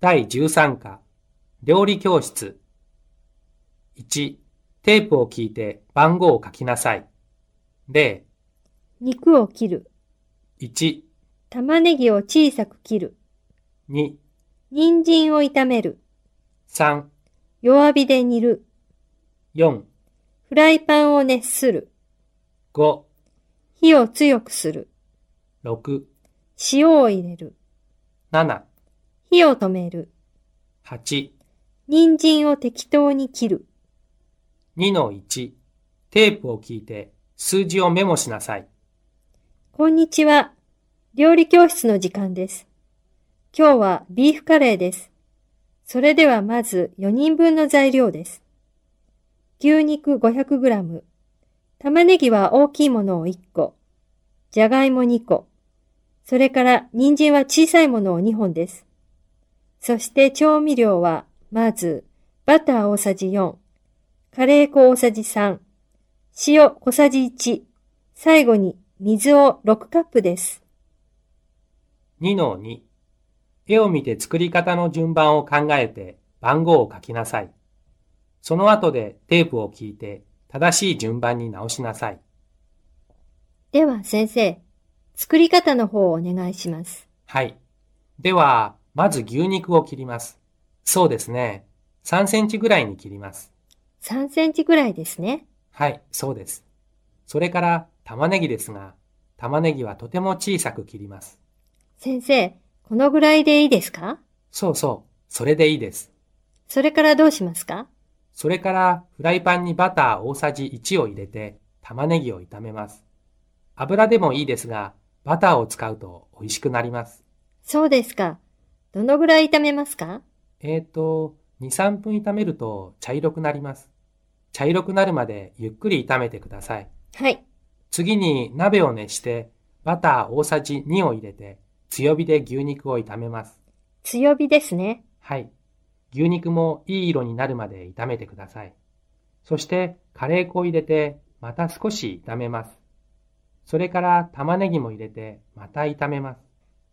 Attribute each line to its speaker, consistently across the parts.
Speaker 1: 第13課、料理教室。1、テープを聞いて番号を書きなさい。0、
Speaker 2: 肉を切る。
Speaker 1: 1、
Speaker 2: 玉ねぎを小さく切る。
Speaker 1: 2、
Speaker 2: 人参を炒める。
Speaker 1: 3、
Speaker 2: 弱火で煮る。
Speaker 1: 4、
Speaker 2: フライパンを熱する。
Speaker 1: 5、
Speaker 2: 火を強くする。
Speaker 1: 6、
Speaker 2: 塩を入れる。
Speaker 1: 7、
Speaker 2: 火を止める。
Speaker 1: 8、
Speaker 2: 人参を適当に切る。
Speaker 1: 2の1、テープを聞いて数字をメモしなさい。
Speaker 2: こんにちは。料理教室の時間です。今日はビーフカレーです。それではまず4人分の材料です。牛肉 500g、玉ねぎは大きいものを1個、じゃがいも2個、それから人参は小さいものを2本です。そして調味料はまずバター大さじ4、カレー粉大さじ3、塩小さじ1、最後に水を6カップです。
Speaker 1: 2の2、絵を見て作り方の順番を考えて番号を書きなさい。その後でテープを聞いて正しい順番に直しなさい。
Speaker 2: では先生、作り方の方をお願いします。
Speaker 1: はい。では、まず牛肉を切ります。そうですね。3センチぐらいに切ります。
Speaker 2: 3センチぐらいですね。
Speaker 1: はい、そうです。それから玉ねぎですが、玉ねぎはとても小さく切ります。
Speaker 2: 先生、このぐらいでいいですか
Speaker 1: そうそう、それでいいです。
Speaker 2: それからどうしますか
Speaker 1: それからフライパンにバター大さじ1を入れて玉ねぎを炒めます。油でもいいですが、バターを使うと美味しくなります。
Speaker 2: そうですか。どのぐらい炒めますか
Speaker 1: えーと、2、3分炒めると茶色くなります。茶色くなるまでゆっくり炒めてください。
Speaker 2: はい。
Speaker 1: 次に鍋を熱して、バター大さじ2を入れて、強火で牛肉を炒めます。
Speaker 2: 強火ですね。
Speaker 1: はい。牛肉もいい色になるまで炒めてください。そして、カレー粉を入れて、また少し炒めます。それから玉ねぎも入れて、また炒めます。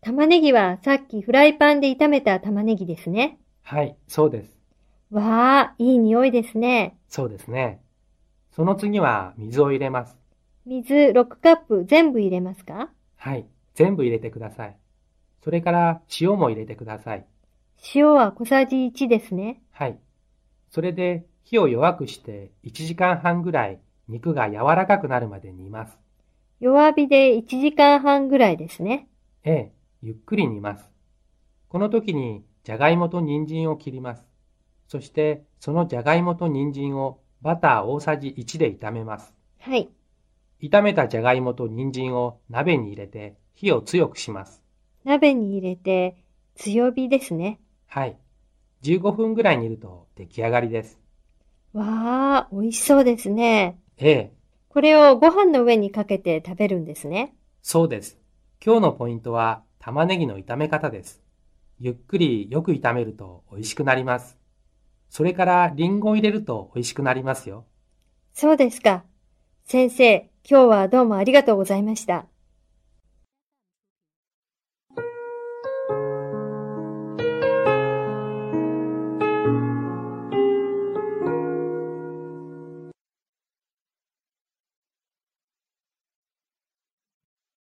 Speaker 2: 玉ねぎはさっきフライパンで炒めた玉ねぎですね。
Speaker 1: はい、そうです。
Speaker 2: わあ、いい匂いですね。
Speaker 1: そうですね。その次は水を入れます。
Speaker 2: 水6カップ全部入れますか
Speaker 1: はい、全部入れてください。それから塩も入れてください。
Speaker 2: 塩は小さじ1ですね。
Speaker 1: はい。それで火を弱くして1時間半ぐらい肉が柔らかくなるまで煮ます。
Speaker 2: 弱火で1時間半ぐらいですね。
Speaker 1: ええ、ゆっくり煮ます。この時にじゃがいもと人参を切ります。そしてそのじゃがいもと人参をバター大さじ1で炒めます。
Speaker 2: はい。
Speaker 1: 炒めたじゃがいもと人参を鍋に入れて火を強くします。
Speaker 2: 鍋に入れて強火ですね。
Speaker 1: はい。15分ぐらい煮ると出来上がりです。
Speaker 2: わあ、美味しそうですね。
Speaker 1: ええ、
Speaker 2: これをご飯の上にかけて食べるんですね。
Speaker 1: そうです。今日のポイントは玉ねぎの炒め方です。ゆっくりよく炒めると美味しくなります。それからリンゴを入れると美味しくなりますよ。
Speaker 2: そうですか。先生、今日はどうもありがとうございました。